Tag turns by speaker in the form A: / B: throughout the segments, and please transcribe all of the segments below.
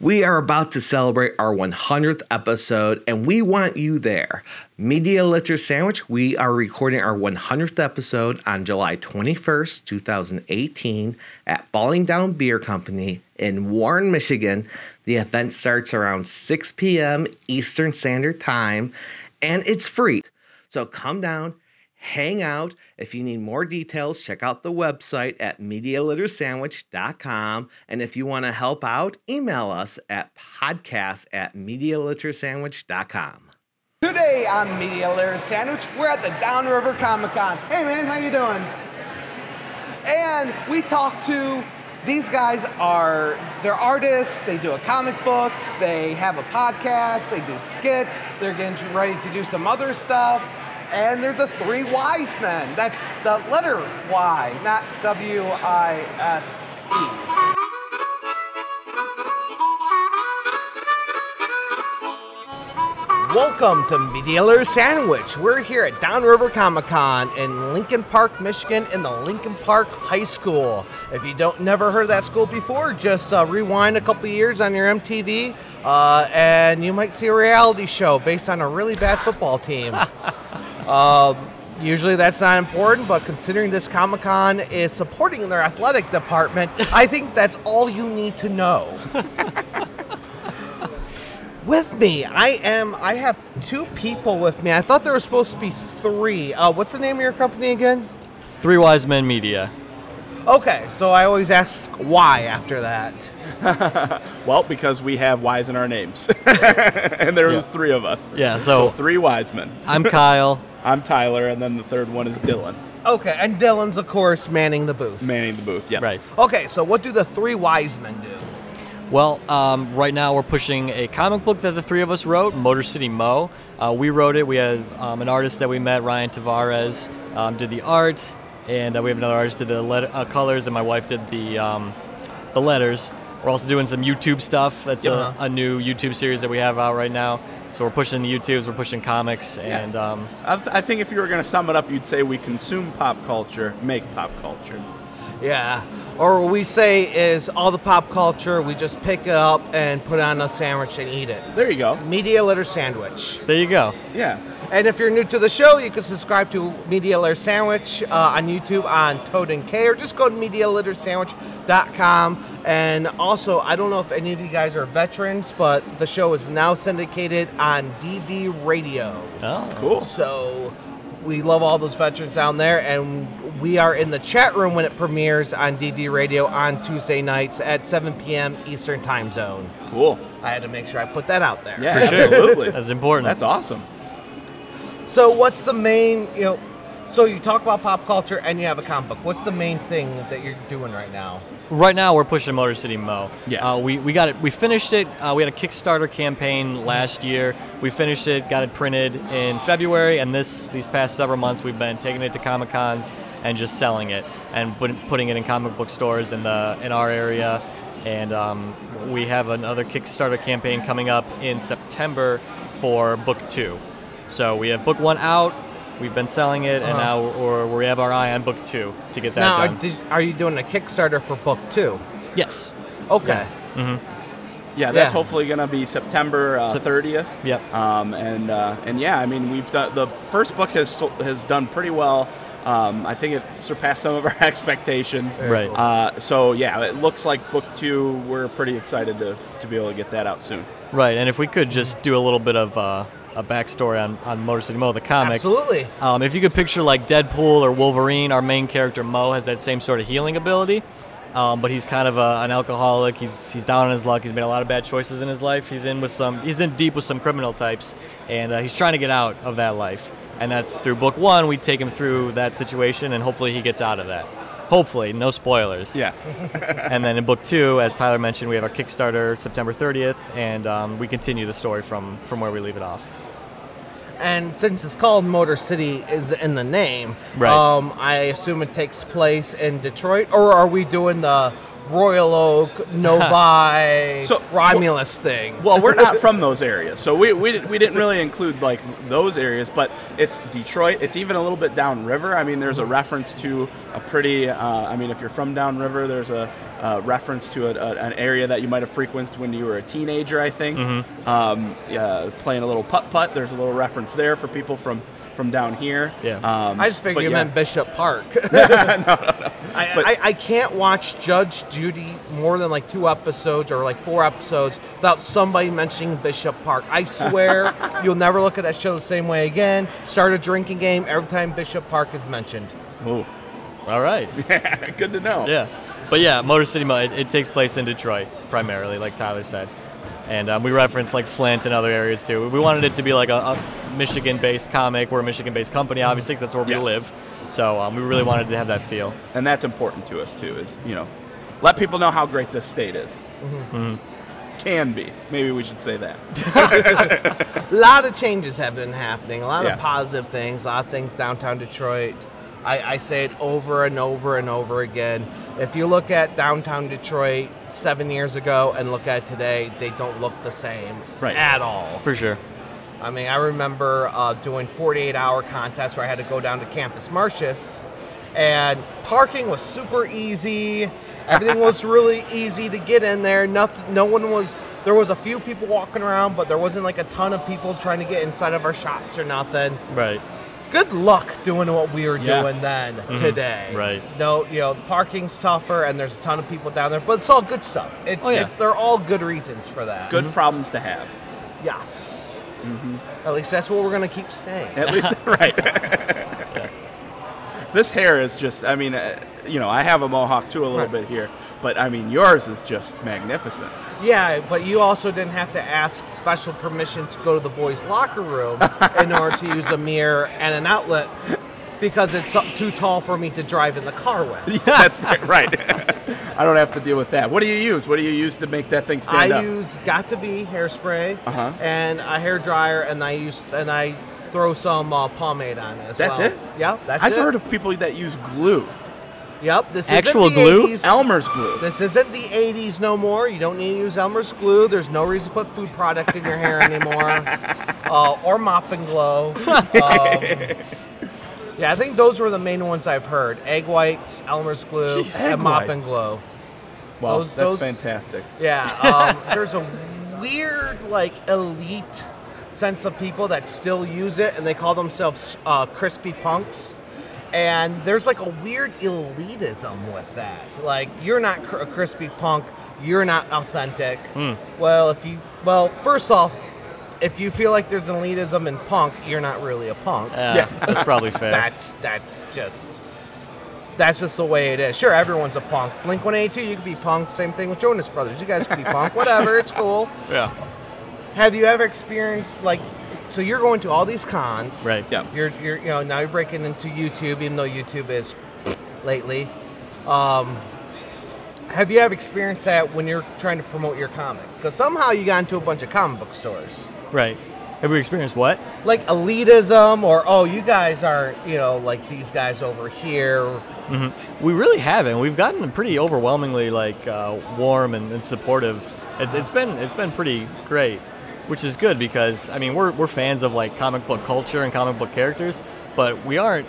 A: We are about to celebrate our 100th episode, and we want you there. Media Literature Sandwich, we are recording our 100th episode on July 21st, 2018, at Falling Down Beer Company in Warren, Michigan. The event starts around 6 p.m. Eastern Standard Time, and it's free. So come down, hang out. If you need more details, check out the website at medialittersandwich.com. And if you want to help out, email us at podcast at medialittersandwich.com.
B: Today on Media Layer Sandwich, we're at the Downriver Comic Con. Hey man, how you doing? And we talked to these guys are they're artists, they do a comic book, they have a podcast, they do skits, they're getting to- ready to do some other stuff, and they're the three wise men. That's the letter Y, not W I S E. Welcome to Medialer Sandwich. We're here at Downriver Comic Con in Lincoln Park, Michigan, in the Lincoln Park High School. If you don't never heard of that school before, just uh, rewind a couple years on your MTV, uh, and you might see a reality show based on a really bad football team. Um, Usually that's not important, but considering this Comic Con is supporting their athletic department, I think that's all you need to know. with me, I am. I have two people with me. I thought there were supposed to be three. Uh, what's the name of your company again?
C: Three Wise Men Media.
B: Okay, so I always ask why after that.
D: Well, because we have Y's in our names, and there was
C: Yeah.
D: three of us.
C: Yeah, so-
D: three wise men.
C: I'm Kyle.
D: I'm Tyler, and then the third one is Dylan,
B: Okay, and Dylan's of course manning the booth.
D: manning the booth. Yeah,
C: Right.
B: Okay, so what do the three wise men do?
C: Well, um, right now we're pushing a comic book that the three of us wrote, Motor City Mo. Uh, we wrote it. We had um, an artist that we met, Ryan Tavares, um, did the art, and uh, we have another artist did the let- uh, colors, and my wife did the um, the letters. We're also doing some YouTube stuff. That's
B: Yeah.
D: Uh-huh.
C: a, a new YouTube series that we have out right now. So we're pushing the YouTubes, we're pushing comics, and um,
D: I, th- I think if you were going to sum it up, you'd say we consume pop culture, make pop culture.
B: Yeah. Or what we say is all the pop culture, we just pick it up and put it on a sandwich and eat it.
D: There you go.
B: Media Litter Sandwich.
C: there you go.
D: Yeah.
B: And if you're new to the show, you can subscribe to Media Litter Sandwich uh, on YouTube on Toad and K, or just go to MediaLitterSandwich.com. And also, I don't know if any of you guys are veterans, but the show is now syndicated on DV Radio.
C: Oh.
D: Cool.
B: So we love all those veterans down there, and we are in the chat room when it premieres on DV Radio on Tuesday nights at 7 p.m. Eastern Time Zone.
D: Cool.
B: I had to make sure I put that out there.
D: Yeah, absolutely.
C: That's important.
D: That's awesome.
B: So what's the main, you know, so you talk about pop culture and you have a comic book. What's the main thing that you're doing right now?
C: Right now, we're pushing Motor City Mo.
D: Yeah.
C: Uh, we, we got it. We finished it. Uh, we had a Kickstarter campaign last year. We finished it, got it printed in February, and this these past several months, we've been taking it to Comic Cons and just selling it and put, putting it in comic book stores in the in our area. And um, we have another Kickstarter campaign coming up in September for book two. So we have book one out. We've been selling it, and now we're, we have our eye on book two to get that
B: Uh-huh. now, are,
C: done.
B: did, are you doing a Kickstarter for book two?
C: yes.
B: Okay.
D: Yeah,
B: Yeah.
D: that's hopefully going to be September uh,
C: Sep-
D: 30th.
C: Yep.
D: Um, and uh, and yeah, I mean, we've done the first book has so- has done pretty well. Um, I think it surpassed some of our expectations.
C: Right.
B: cool.
D: Uh, so yeah, it looks like book two. We're pretty excited to, to be able to get that out soon.
C: Right, and if we could just do a little bit of uh, a backstory on, on Motor City Mo, the comic.
B: Absolutely.
C: Um, if you could picture like Deadpool or Wolverine, our main character Mo has that same sort of healing ability, um, but he's kind of a, an alcoholic. He's he's down on his luck. He's made a lot of bad choices in his life. He's in with some. He's in deep with some criminal types, and uh, he's trying to get out of that life. And that's through book one. We take him through that situation, and hopefully he gets out of that. Hopefully, no spoilers.
D: Yeah.
C: And then in book two, as Tyler mentioned, we have our Kickstarter September 30th, and um, we continue the story from from where we leave it off.
B: And since it's called Motor City is in the name,
C: Right.
B: um, I assume it takes place in Detroit, or are we doing the Royal Oak, Novi,
D: So-
B: Romulus thing.
D: well, we're not from those areas, so we, we, did- we didn't really include like those areas. But it's Detroit. It's even a little bit downriver. I mean, there's a reference to a pretty. Uh, I mean, if you're from downriver, there's a uh, reference to a, a- an area that you might have frequented when you were a teenager. I think um, yeah, playing a little putt putt. There's a little reference there for people from from down here.
C: Yeah.
D: Um,
B: I just figured
D: but
B: you
D: yeah.
B: meant Bishop Park. I, I, I can't watch Judge Judy more than like two episodes or like four episodes without somebody mentioning Bishop Park. I swear you'll never look at that show the same way again. Start a drinking game every time Bishop Park is mentioned.
D: Ooh,
C: All right.
D: good to know.
C: Yeah, but yeah, Motor City Mud. It, it takes place in Detroit primarily, like Tyler said, and um, we reference like Flint and other areas too. We wanted it to be like a, a Michigan-based comic. We're a Michigan-based company, obviously, 'cause that's where
D: Yeah.
C: we live. So um, we really wanted to have that feel.
D: and that's important to us too. Is you know, let people know how great this state is.
B: Mm-hmm.
C: Mm-hmm.
D: Can be. Maybe we should say that.
B: A lot of changes have been happening, a lot
D: Yeah.
B: of positive things, a lot of things downtown Detroit. I, I say it over and over and over again. If you look at downtown Detroit seven years ago and look at it today, they don't look the same
D: Right.
B: at all.
C: For sure.
B: I mean, I remember uh, doing 48 hour contests where I had to go down to Campus Martius, and parking was super easy. Everything was really easy to get in there. Nothing, no one was. There was a few people walking around, but there wasn't like a ton of people trying to get inside of our shops or nothing.
C: Right.
B: Good luck doing what we were
D: Yeah.
B: doing then today.
C: Mm-hmm. Right.
B: No, you know, the parking's tougher, and there's a ton of people down there, but it's all good stuff. It's,
C: Oh, yeah.
B: it's they're all good reasons for that.
D: Good problems to have.
B: Yes.
C: Mm-hmm.
B: At least that's what we're gonna keep saying.
D: At least, right. this hair is just, I mean, uh, you know, I have a mohawk too a little
B: Right.
D: bit here, but I mean, yours is just magnificent.
B: Yeah, but you also didn't have to ask special permission to go to the boys' locker room in order to use a mirror and an outlet because it's up- too tall for me to drive in the car with.
D: That's right. right. I don't have to deal with that. What do you use? What do you use to make that thing stand
B: I
D: up?
B: use got to be hairspray
D: Uh-huh.
B: and a hair dryer, and I use and I throw some uh, pomade on it. As
D: That's
B: well.
D: it?
B: Yep, that's
D: I've
B: it.
D: heard of people that use glue,
B: Yep, this
C: Actual
B: isn't the
C: glue?
B: 80s.
D: Elmer's glue.
B: This isn't the 80s no more. You don't need to use Elmer's glue. There's no reason to put food product in your hair anymore. uh, or mop and glow. Um, yeah, I think those were the main ones I've heard egg whites, Elmer's glue,
D: Jeez,
B: and
D: egg
B: mop and
D: whites.
B: glow.
D: Well,
B: those-
D: that's
B: those-
D: fantastic.
B: Yeah, um, there's a weird, like, elite sense of people that still use it, and they call themselves uh, crispy punks. And there's like a weird elitism with that. Like, you're not cr- a crispy punk. You're not authentic. Well, if you, well, first off, if you feel like there's an elitism in punk, you're not really a punk.
C: yeah, that's probably fair.
B: That's that's just that's just the way it is. Sure, everyone's a punk. Blink 182, you could be punk. Same thing with Jonas Brothers. You guys could be punk. Whatever, it's cool.
C: yeah.
B: Have you ever experienced like? So you're going to all these cons,
C: Right.
D: Yeah.
B: You're you're you know now you're breaking into YouTube, even though YouTube is lately. Um, have you ever experienced that when you're trying to promote your comic? Because somehow you got into a bunch of comic book stores
C: Right. Have we experienced what?
B: like elitism or oh you guys are you know like these guys over here
C: We really haven't. We've gotten pretty overwhelmingly like uh, warm and, and supportive. It's, it's been it's been pretty great, which is good because I mean we're we're fans of like comic book culture and comic book characters, but we aren't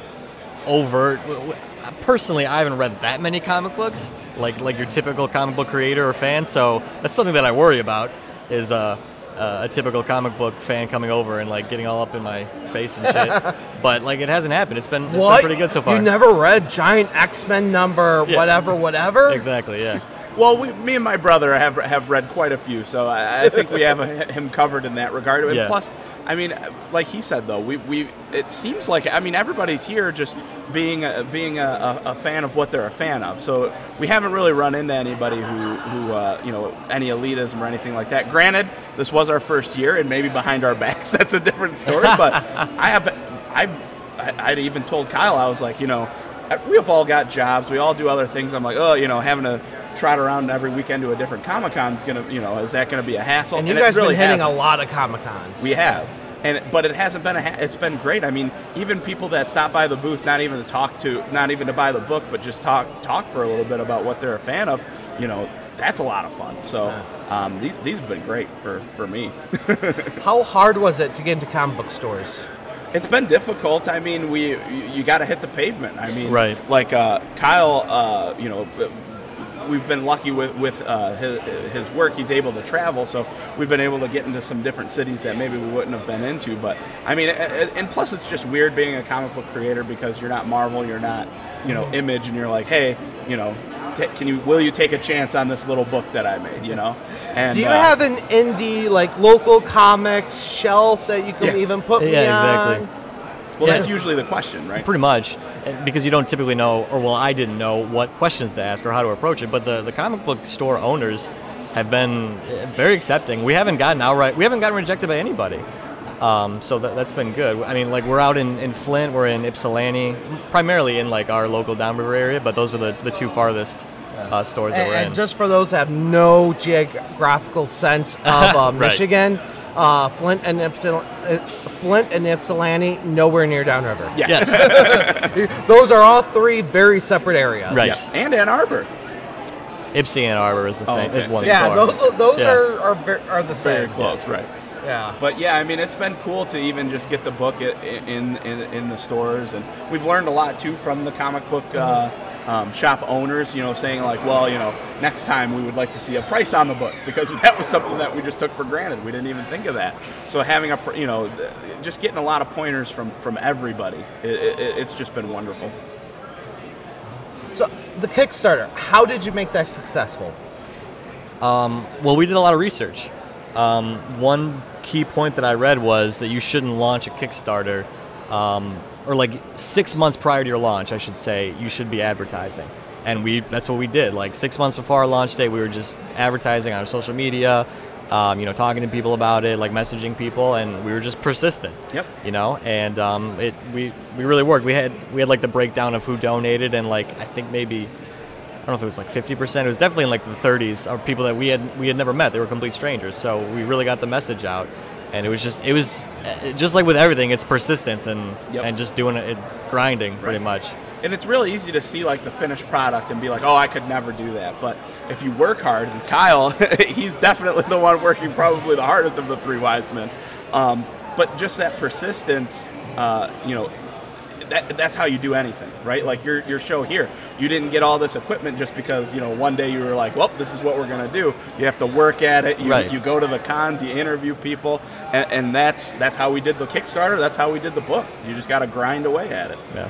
C: overt. W- w- Personally, I haven't read that many comic books like like your typical comic book creator or fan. So that's something that I worry about is uh, uh, a typical comic book fan coming over and like getting all up in my face and shit. but like it hasn't happened. It's been it's
B: what
C: been pretty good so far.
B: you never read giant x-men number
C: Yeah.
B: whatever whatever
C: exactly. Yeah.
D: Well, we, me and my brother have have read quite a few, so I, I think we have him covered in that regard. And
C: Yeah.
D: plus, I mean, like he said though, we, we it seems like I mean everybody's here just being a, being a, a, a fan of what they're a fan of. So we haven't really run into anybody who who uh, you know any elitism or anything like that. Granted, this was our first year, and maybe behind our backs that's a different story. But I have I've I, I'd even told Kyle, I was like, you know, we have all got jobs, we all do other things. I'm like, oh, you know, having to trot around every weekend to a different Comic Con is gonna, you know, is that gonna be a hassle?
B: and you
D: it
B: guys
D: really
B: been hitting a
D: hasn't.
B: lot of comic cons
D: We have, and but it hasn't been a. Ha- it's been great. I mean, even people that stop by the booth, not even to talk to, not even to buy the book, but just talk talk for a little bit about what they're a fan of. you know, that's a lot of fun. So um, these, these have been great for, for me.
B: How hard was it to get into comic book stores?
D: It's been difficult. I mean, we you, you got to hit the pavement. I mean,
C: Right.
D: Like uh, Kyle, uh, you know, b- we've been lucky with with uh, his, his work. He's able to travel, so we've been able to get into some different cities that maybe we wouldn't have been into. But I mean, a- a- and plus, it's just weird being a comic book creator because you're not Marvel, you're not, you know,
C: Mm-hmm.
D: Image, and you're like, hey, you know. ta can you will you take a chance on this little book that I made? You know, and
B: Do you
D: uh,
B: have an indie like local comics shelf that you can
D: Yeah.
B: even put me
C: Yeah, exactly.
B: on?
D: well, that's
C: yeah.
D: usually the question, right?
C: Pretty much, and- because you don't typically know, or well, I didn't know what questions to ask or how to approach it. But the, the comic book store owners have been uh, very accepting. We haven't gotten outright, we haven't gotten rejected by anybody. Um, so that, that's been good. I mean, like we're out in, in Flint, we're in Ypsilanti, primarily in like our local downriver area, but those are the, the two farthest uh, stores that
B: And,
C: we're
B: and
C: in.
B: just for those that have no geographical sense of uh, Michigan, uh, Flint and Ypsil- uh, Flint and Ypsilanti, nowhere near downriver.
D: yeah.
C: yes,
B: Those are all three very separate areas.
C: Right.
D: Yeah. And Ann Arbor.
C: Ypsi Ann Arbor is the
D: Oh,
C: same.
D: okay.
C: Is one
B: Yeah,
C: store.
B: those those
C: Yeah.
B: are are, ver- are the
D: Very
B: same.
D: close, right?
B: Yeah.
D: But yeah, I mean, it's been cool to even just get the book i- in in, in the stores, and we've learned a lot too from the comic book uh, um, shop owners. You know, saying like, well, you know, next time we would like to see a price on the book because that was something that we just took for granted. We didn't even think of that. So having a, pr- you know, th- just getting a lot of pointers from from everybody, i i i- it's just been wonderful.
B: So the Kickstarter, how did you make that successful?
C: Well, we did a lot of research. Um, one key point that I read was that you shouldn't launch a Kickstarter, um, or like six months prior to your launch, I should say, you should be advertising. And we that's what we did. Like six months before our launch day, we were just advertising on our social media, um, you know, talking to people about it, like messaging people, and we were just persistent.
D: Yep.
C: You know, and um, it we we really worked. We had we had like the breakdown of who donated, and like I think maybe I don't know if it was like 50%. It was definitely in like the 30s of people that we had we had never met. They were complete strangers. So we really got the message out, and it was just it was uh, just like with everything, it's persistence and
D: Yep.
C: and just doing it, it grinding pretty much.
D: And it's really easy to see like the finished product and be like, oh, I could never do that. But if you work hard, and Kyle, he's definitely the one working probably the hardest of the three wise men. Um, but just that persistence, uh, you know, that, that's how you do anything, right? Like your, your show here, you didn't get all this equipment just because you know one day you were like, well, this is what we're gonna do. You have to work at it. You,
C: Right.
D: you go to the cons, you interview people, and, and that's that's how we did the Kickstarter. That's how we did the book. You just got to grind away at it.
C: Yeah.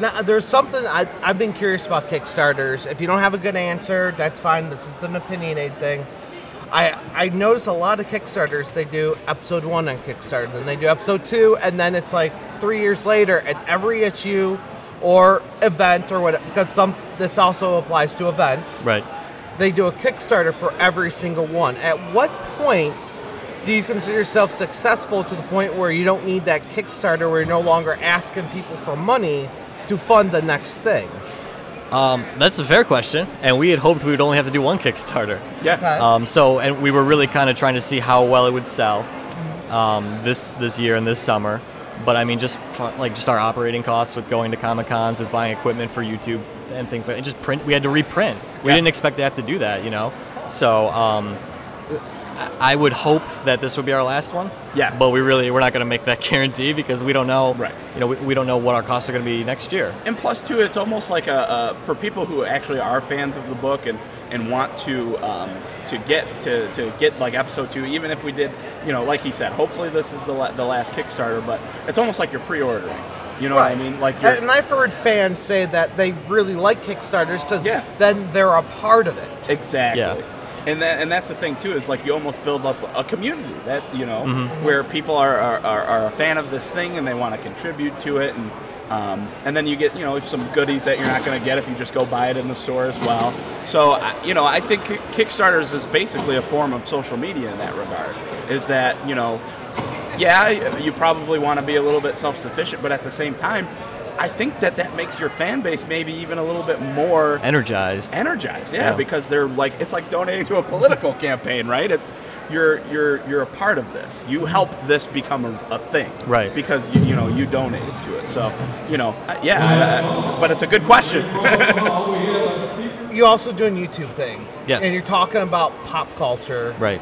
B: Now, there's something I, I've been curious about Kickstarters. If you don't have a good answer, that's fine. This is an opinionated thing. I I notice a lot of Kickstarters. They do episode one on Kickstarter, then they do episode two, and then it's like three years later at every issue or event or whatever. Because some this also applies to events.
C: Right.
B: They do a Kickstarter for every single one. At what point? Do you consider yourself successful to the point where you don't need that Kickstarter, where you're no longer asking people for money to fund the next thing?
C: That's a fair question. And we had hoped we would only have to do one Kickstarter.
D: Yeah.
B: Okay.
C: Um, so, and we were really kind of trying to see how well it would sell
D: Mm-hmm.
C: um, this this year and this summer. But I mean, just fu- like just our operating costs with going to comic cons, with buying equipment for YouTube and things like that. Just print. We had to reprint. We
D: Yeah.
C: didn't expect to have to do that, you know. So um, I I would hope that this would be our last one.
D: Yeah.
C: But we really we're not going to make that guarantee because we don't know.
D: Right.
C: You know, we, we don't know what our costs are going to be next year.
D: and plus too, it's almost like a, a for people who actually are fans of the book and and want to um, to get to, to get like episode two, even if we did, you know, like he said, hopefully this is the la- the last Kickstarter, but it's almost like you're pre-ordering. You know what I mean? Like you're,
B: and I've heard fans say that they really like Kickstarters because
D: Yeah.
B: then they're a part of it.
D: Exactly.
C: Yeah.
D: And that, and that's the thing too is like you almost build up a community that you know where people are, are, are, are a fan of this thing and they want to contribute to it and um, and then you get you know some goodies that you're not going to get if you just go buy it in the store as well. So I- you know I think Kick- Kickstarters is basically a form of social media in that regard. Is that you know yeah, you probably want to be a little bit self-sufficient, but at the same time, I think that that makes your fan base maybe even a little bit more
C: Energized.
D: energized yeah,
C: Yeah.
D: because they're like it's like donating to a political campaign right it's you're you're you're a part of this you helped this become a, a thing
C: Mm-hmm. Right.
D: because you, you know you donated to it so you know I- yeah I, I- but it's a good question
B: you're also doing YouTube things.
C: Yes.
B: And you're talking about pop culture.
C: Right.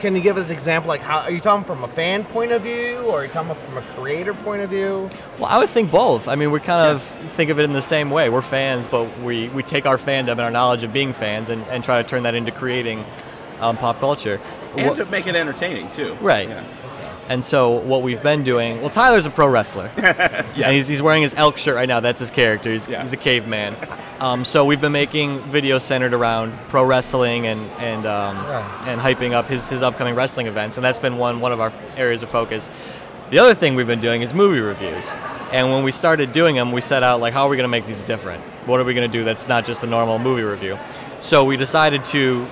B: Can you give us an example? Like, how are you talking from a fan point of view, or are you talking from a creator point of view?
C: Well, I would think both. I mean, we kind of think of it in the same way. We're fans, but we, we take our fandom and our knowledge of being fans and, and try to turn that into creating um, pop culture.
D: and
C: Wha-
D: to make it entertaining too.
C: Right.
D: Yeah.
C: And so what we've been doing, well, Tyler's a pro wrestler. And he's, he's wearing his elk shirt right now. That's his character. He's,
D: Yeah.
C: he's a caveman. Um, so we've been making videos centered around pro wrestling and and um,
B: Right.
C: and hyping up his, his upcoming wrestling events. And that's been one one of our areas of focus. The other thing we've been doing is movie reviews. And when we started doing them, we set out like, how are we going to make these different? What are we going to do that's not just a normal movie review? So we decided to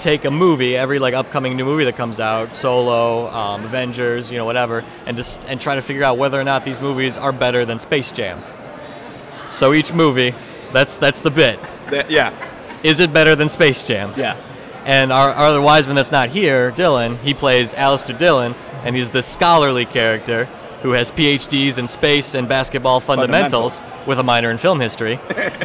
C: take a movie, every like upcoming new movie that comes out, Solo, um, Avengers, you know, whatever, and just and try to figure out whether or not these movies are better than Space Jam. So each movie, that's that's the bit.
D: That- yeah.
C: Is it better than Space Jam?
D: Yeah.
C: And our, our other Wiseman that's not here, Dylan, he plays Alistair Dylan, and he's this scholarly character who has PhDs in space and basketball fundamentals, with a minor in film history.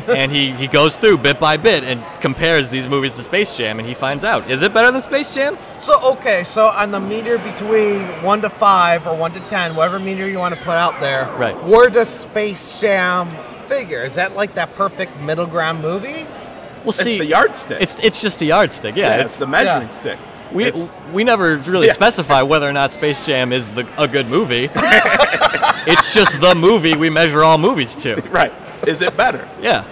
C: and he, he goes through bit by bit and compares these movies to Space Jam, and he finds out is it better than Space Jam?
B: So okay, so on the meter between one to five or one to ten, whatever meter you want to put out there,
C: Right.
B: Where does Space Jam figure? Is that like that perfect middle ground movie?
C: Well, see,
D: it's the yardstick.
C: It's, it's just the yardstick, yeah.
D: yeah, it's,
C: it's,
D: the measuring
B: yeah.
D: stick.
C: we,
D: It's-
C: we never really
D: Yeah.
C: specify whether or not Space Jam is the, a good movie. it's just the movie we measure all movies to.
D: right. Is it better?
C: Yeah.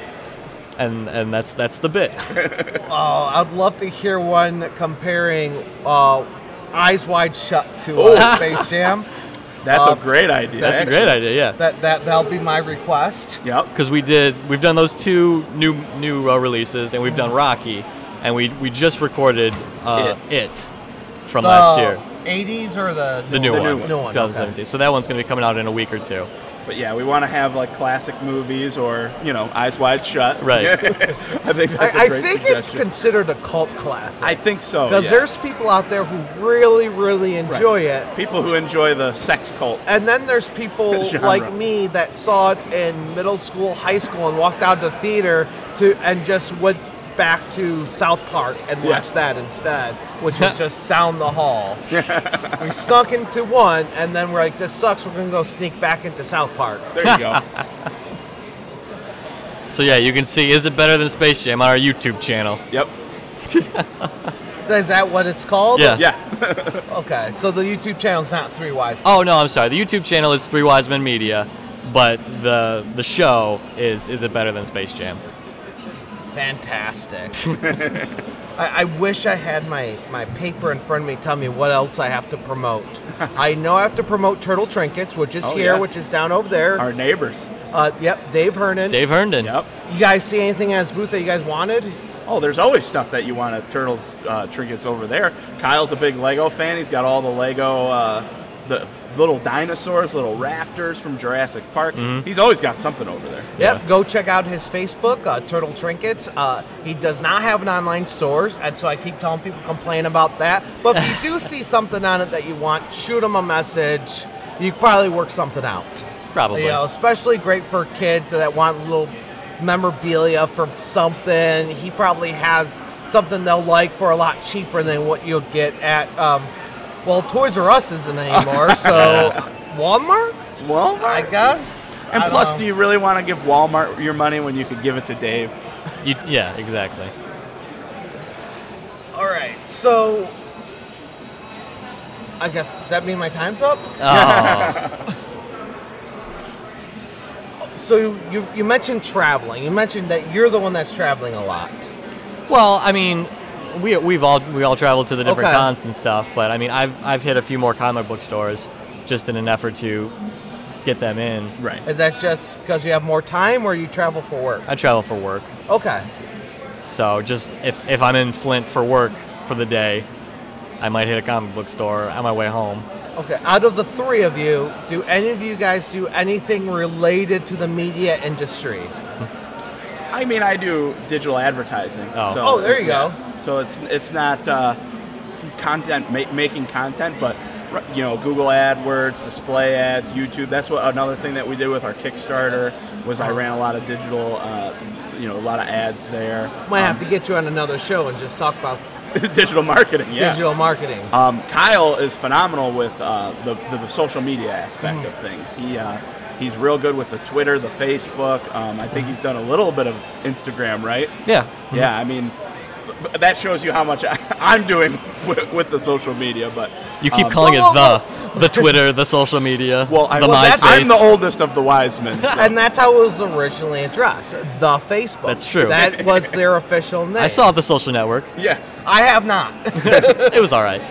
C: And and that's that's the bit.
B: Oh, I'd love to hear one comparing uh, Eyes Wide Shut to
D: Oh.
B: uh, Space Jam.
D: That's
B: Uh,
D: a great idea.
C: That's a great idea, yeah.
B: That that that'll be my request.
D: Yep.
C: Because we did we've done those two new new uh, releases and we've done Rocky and we we just recorded uh, it. from
B: The
C: last year.
B: 80s or Oh. the
C: The new, one,
B: New one. okay.
C: 2017. So that one's going to be coming out in a week or two.
D: But yeah, we want to have like classic movies or you know Eyes Wide Shut.
C: Right.
D: I think that's a
B: I, I
D: great
B: think it's
D: suggestion.
B: considered a cult classic.
D: I think so.
B: because
D: yeah.
B: there's people out there who really, really enjoy it.
D: people who enjoy the sex cult.
B: And then there's people
D: Genre.
B: like me that saw it in middle school, high school, and walked out to theater to and just went back to South Park and
D: Yeah.
B: watched that instead, which was just down the hall. we snuck into one, and then we're like, "This sucks. We're gonna go sneak back into South Park."
D: There you go.
C: So yeah, you can see is it better than Space Jam on our YouTube channel.
D: yep.
B: Is that what it's called?
C: Yeah.
D: Yeah.
B: Okay, so the YouTube channel's not Three Wise.
C: Oh no, I'm sorry. The YouTube channel is Three Wise Men Media, but the the show is is it better than Space Jam?
B: Fantastic. I, I wish I had my, my paper in front of me telling me what else I have to promote. I know I have to promote Turtle Trinkets, which is
D: Oh,
B: here,
D: yeah.
B: which is down over there.
D: Our neighbors.
B: Uh, yep, Dave Hernan.
C: Dave Herndon.
D: Yep.
B: You guys see anything as booth that you guys wanted?
D: Oh, there's always stuff that you want at Turtles uh, trinkets over there. Kyle's a big Lego fan. He's got all the Lego, uh, the little dinosaurs, little raptors from Jurassic Park. He's always got something over there.
B: Yep, go check out his Facebook, uh, Turtle Trinkets. Uh, he does not have an online store, and so I keep telling people complain about that. But if you do see something on it that you want, shoot him a message. You could probably work something out.
C: Probably.
B: You know, especially great for kids that want little memorabilia from something. He probably has something they'll like for a lot cheaper than what you'll get at, um, well, Toys R Us isn't anymore, so Walmart,
D: Well,
B: I um, guess.
D: And
B: I
D: plus,
B: don't
D: do
B: know.
D: you really want to give Walmart your money when you could give it to Dave?
C: You, yeah, exactly.
B: All right, so. I guess, does that mean my time's up?
D: Uh,
C: Oh,
B: So you, you mentioned traveling. You mentioned that you're the one that's traveling a lot.
C: well, I mean, we we've all we all traveled to the different
B: Okay.
C: cons and stuff, but I mean, I've I've hit a few more comic book stores just in an effort to get them in.
D: Right.
B: Is that just because you have more time or you travel for work?
C: I travel for work,
B: Okay.
C: so just if if I'm in Flint for work for the day, I might hit a comic book store on my way home.
B: Okay, out of the three of you, do any of you guys do anything related to the media industry?
D: I mean, I do digital advertising.
C: Oh.
D: so,
B: Oh, there you go.
D: So it's it's not uh, content ma- making content, but you know Google AdWords, display ads, YouTube. That's what another thing that we did with our Kickstarter was
B: Oh.
D: I ran a lot of digital, uh, you know, a lot of ads there. Um,
B: Might have to get you on another show and just talk about
D: digital marketing. Yeah.
B: digital marketing.
D: Um, Kyle is phenomenal with uh, the, the the social media aspect
B: Mm-hmm.
D: of things. He uh, he's real good with the Twitter, the Facebook. Um, I think he's done a little bit of Instagram, right?
C: Yeah.
D: Yeah, I mean, b- b- that shows you how much I, I'm doing with, with the social media. But
C: You keep
D: um,
C: calling
B: Whoa, whoa,
C: it the, the Twitter, the social media,
D: Well, I,
C: the
D: well, that's-
C: MySpace.
D: I'm the oldest of the wise men. so-
B: And that's how it was originally addressed. The Facebook.
C: That's true.
B: That was their official name.
C: I saw the social network.
D: yeah.
B: I have not.
C: It was all right.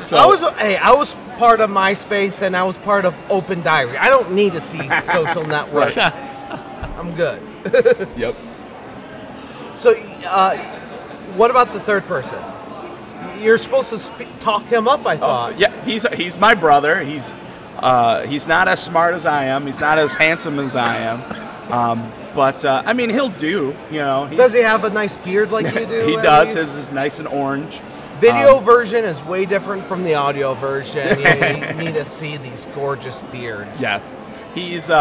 D: So
B: I was hey, I was part of MySpace and I was part of Open Diary. I don't need to see social networks. I'm good.
D: Yep.
B: So, uh, what about the third person? You're supposed to sp- talk him up. I
D: Uh,
B: thought.
D: yeah, he's he's my brother. He's uh, he's not as smart as I am. He's not as handsome as I am. Um, but uh, I mean, he'll do. You know, he's-
B: Does he have a nice beard like you do?
D: He
B: at
D: does.
B: least?
D: His um, is nice and orange.
B: Video version is way different from the audio version. You, you need to see these gorgeous beards.
D: Yes. He's uh,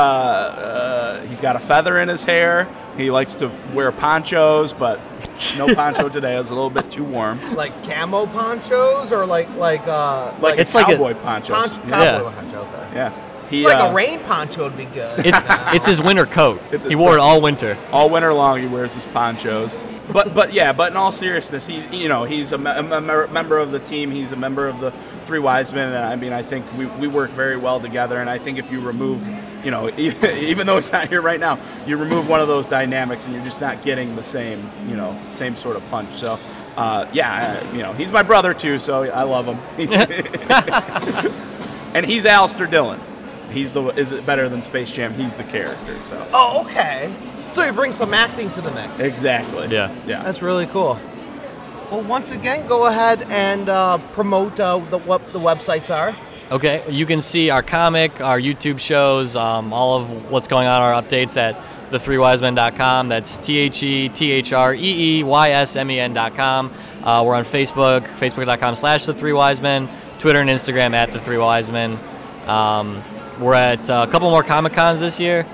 D: uh, he's got a feather in his hair. He likes to wear ponchos, but no poncho today. It's a little bit too warm.
B: Like camo ponchos or like like uh
D: Like
C: It's
D: a
C: like a-
D: cowboy ponchos.
B: poncho,
D: yeah.
B: cowboy poncho. Okay.
D: Yeah. He
B: Like
D: uh,
B: a rain poncho would be good.
C: It's, it's his winter coat.
D: It's his
C: He wore it all winter.
D: all winter long he wears his ponchos. But but yeah, but in all seriousness, he's you know he's a, me- a member- member of the team. He's a member of the Three Wise Men, and I mean I think we, we work very well together. And I think if you remove, you know, e- even though he's not here right now, you remove one of those dynamics, and you're just not getting the same you know same sort of punch. So. Uh, yeah, uh, you know he's my brother too, so I love him. and he's Alistair Dillon. He's the is it better than Space Jam? He's the character. So
B: oh, okay. So you bring some acting to the mix.
D: exactly.
C: Yeah.
D: Yeah.
B: That's really cool. Well, once again, go ahead and uh, promote uh, the what the websites are.
C: Okay, you can see our comic, our YouTube shows, um, all of what's going on, our updates at thethreewisemen.com. That's T H E T H R E E Y S M E N.com. Uh, we're on Facebook, facebook.com slash the three wise men, Twitter and Instagram at the three wise men. Um, we're at uh, a couple more Comic Cons this year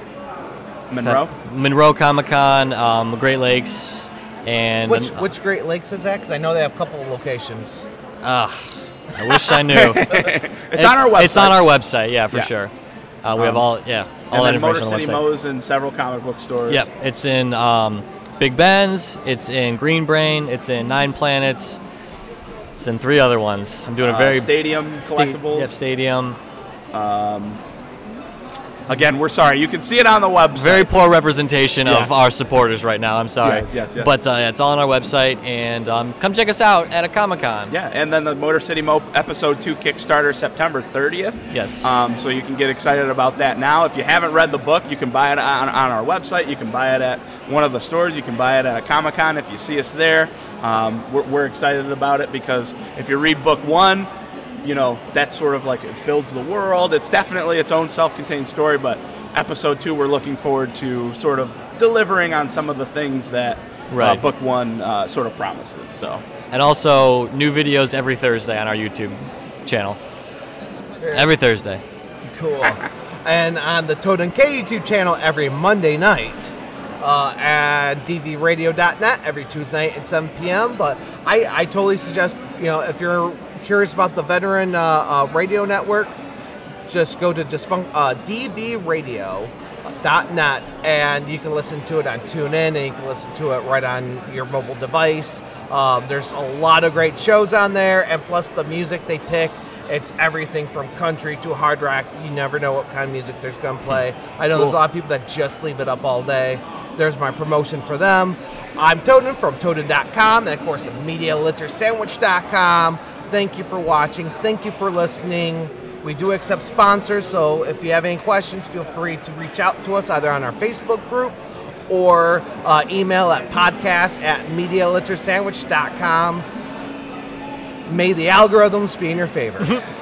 D: Monroe.
C: Monroe Comic Con, um, Great Lakes, and
B: Which
D: uh,
B: which Great Lakes is that? Because I know they have a couple of locations.
C: I wish I knew.
D: It's on our website.
C: It's on our website, yeah, for
D: Yeah. Um,
C: sure. Uh, we have all, yeah, all
D: and
C: that
D: then Motor
C: information on the
D: City
C: website.
D: Mo's and several comic book stores.
C: Yep, it's in um, Big Ben's, it's in Green Brain, it's in Nine Planets, it's in three other ones. I'm doing a
D: Uh,
C: very
D: stadium
C: sta-
D: collectibles.
C: Yep, stadium.
D: Again, we're sorry. You can see it on the website.
C: Very poor representation of
D: Yeah.
C: our supporters right now. I'm sorry,
D: Yes, yes, yes.
C: but uh, it's all on our website, and um, come check us out at a Comic Con.
D: yeah, and then the Motor City Mo episode two Kickstarter September 30th.
C: Yes.
D: Um, so you can get excited about that now. If you haven't read the book, you can buy it on, on our website. You can buy it at one of the stores. You can buy it at a Comic Con if you see us there. Um, we're, we're excited about it because if you read book one, you know that's sort of like it builds the world. It's definitely its own self-contained story. But episode two, we're looking forward to sort of delivering on some of the things that
C: Right.
D: uh, book one uh, sort of promises. So.
C: And also new videos every Thursday on our YouTube channel. Every Thursday.
B: Cool. and on the Toten K YouTube channel every Monday night. Uh, at dvradio.net every Tuesday night at 7 p.m. But I, I totally suggest, you know, if you're curious about the veteran uh, uh, radio network, just go to dysfun- uh, dvradio.net and you can listen to it on TuneIn and you can listen to it right on your mobile device. Um, there's a lot of great shows on there, and plus the music they pick. It's everything from country to hard rock. You never know what kind of music there's going to play. I know there's a lot of people that just leave it up all day. There's my promotion for them. I'm Toten from Toten.com and, of course, at MediaLiteraSandwich.com. Thank you for watching. Thank you for listening. We do accept sponsors, so if you have any questions, feel free to reach out to us either on our Facebook group or uh, email at podcast at medialittersandwich.com. May the algorithms be in your favor.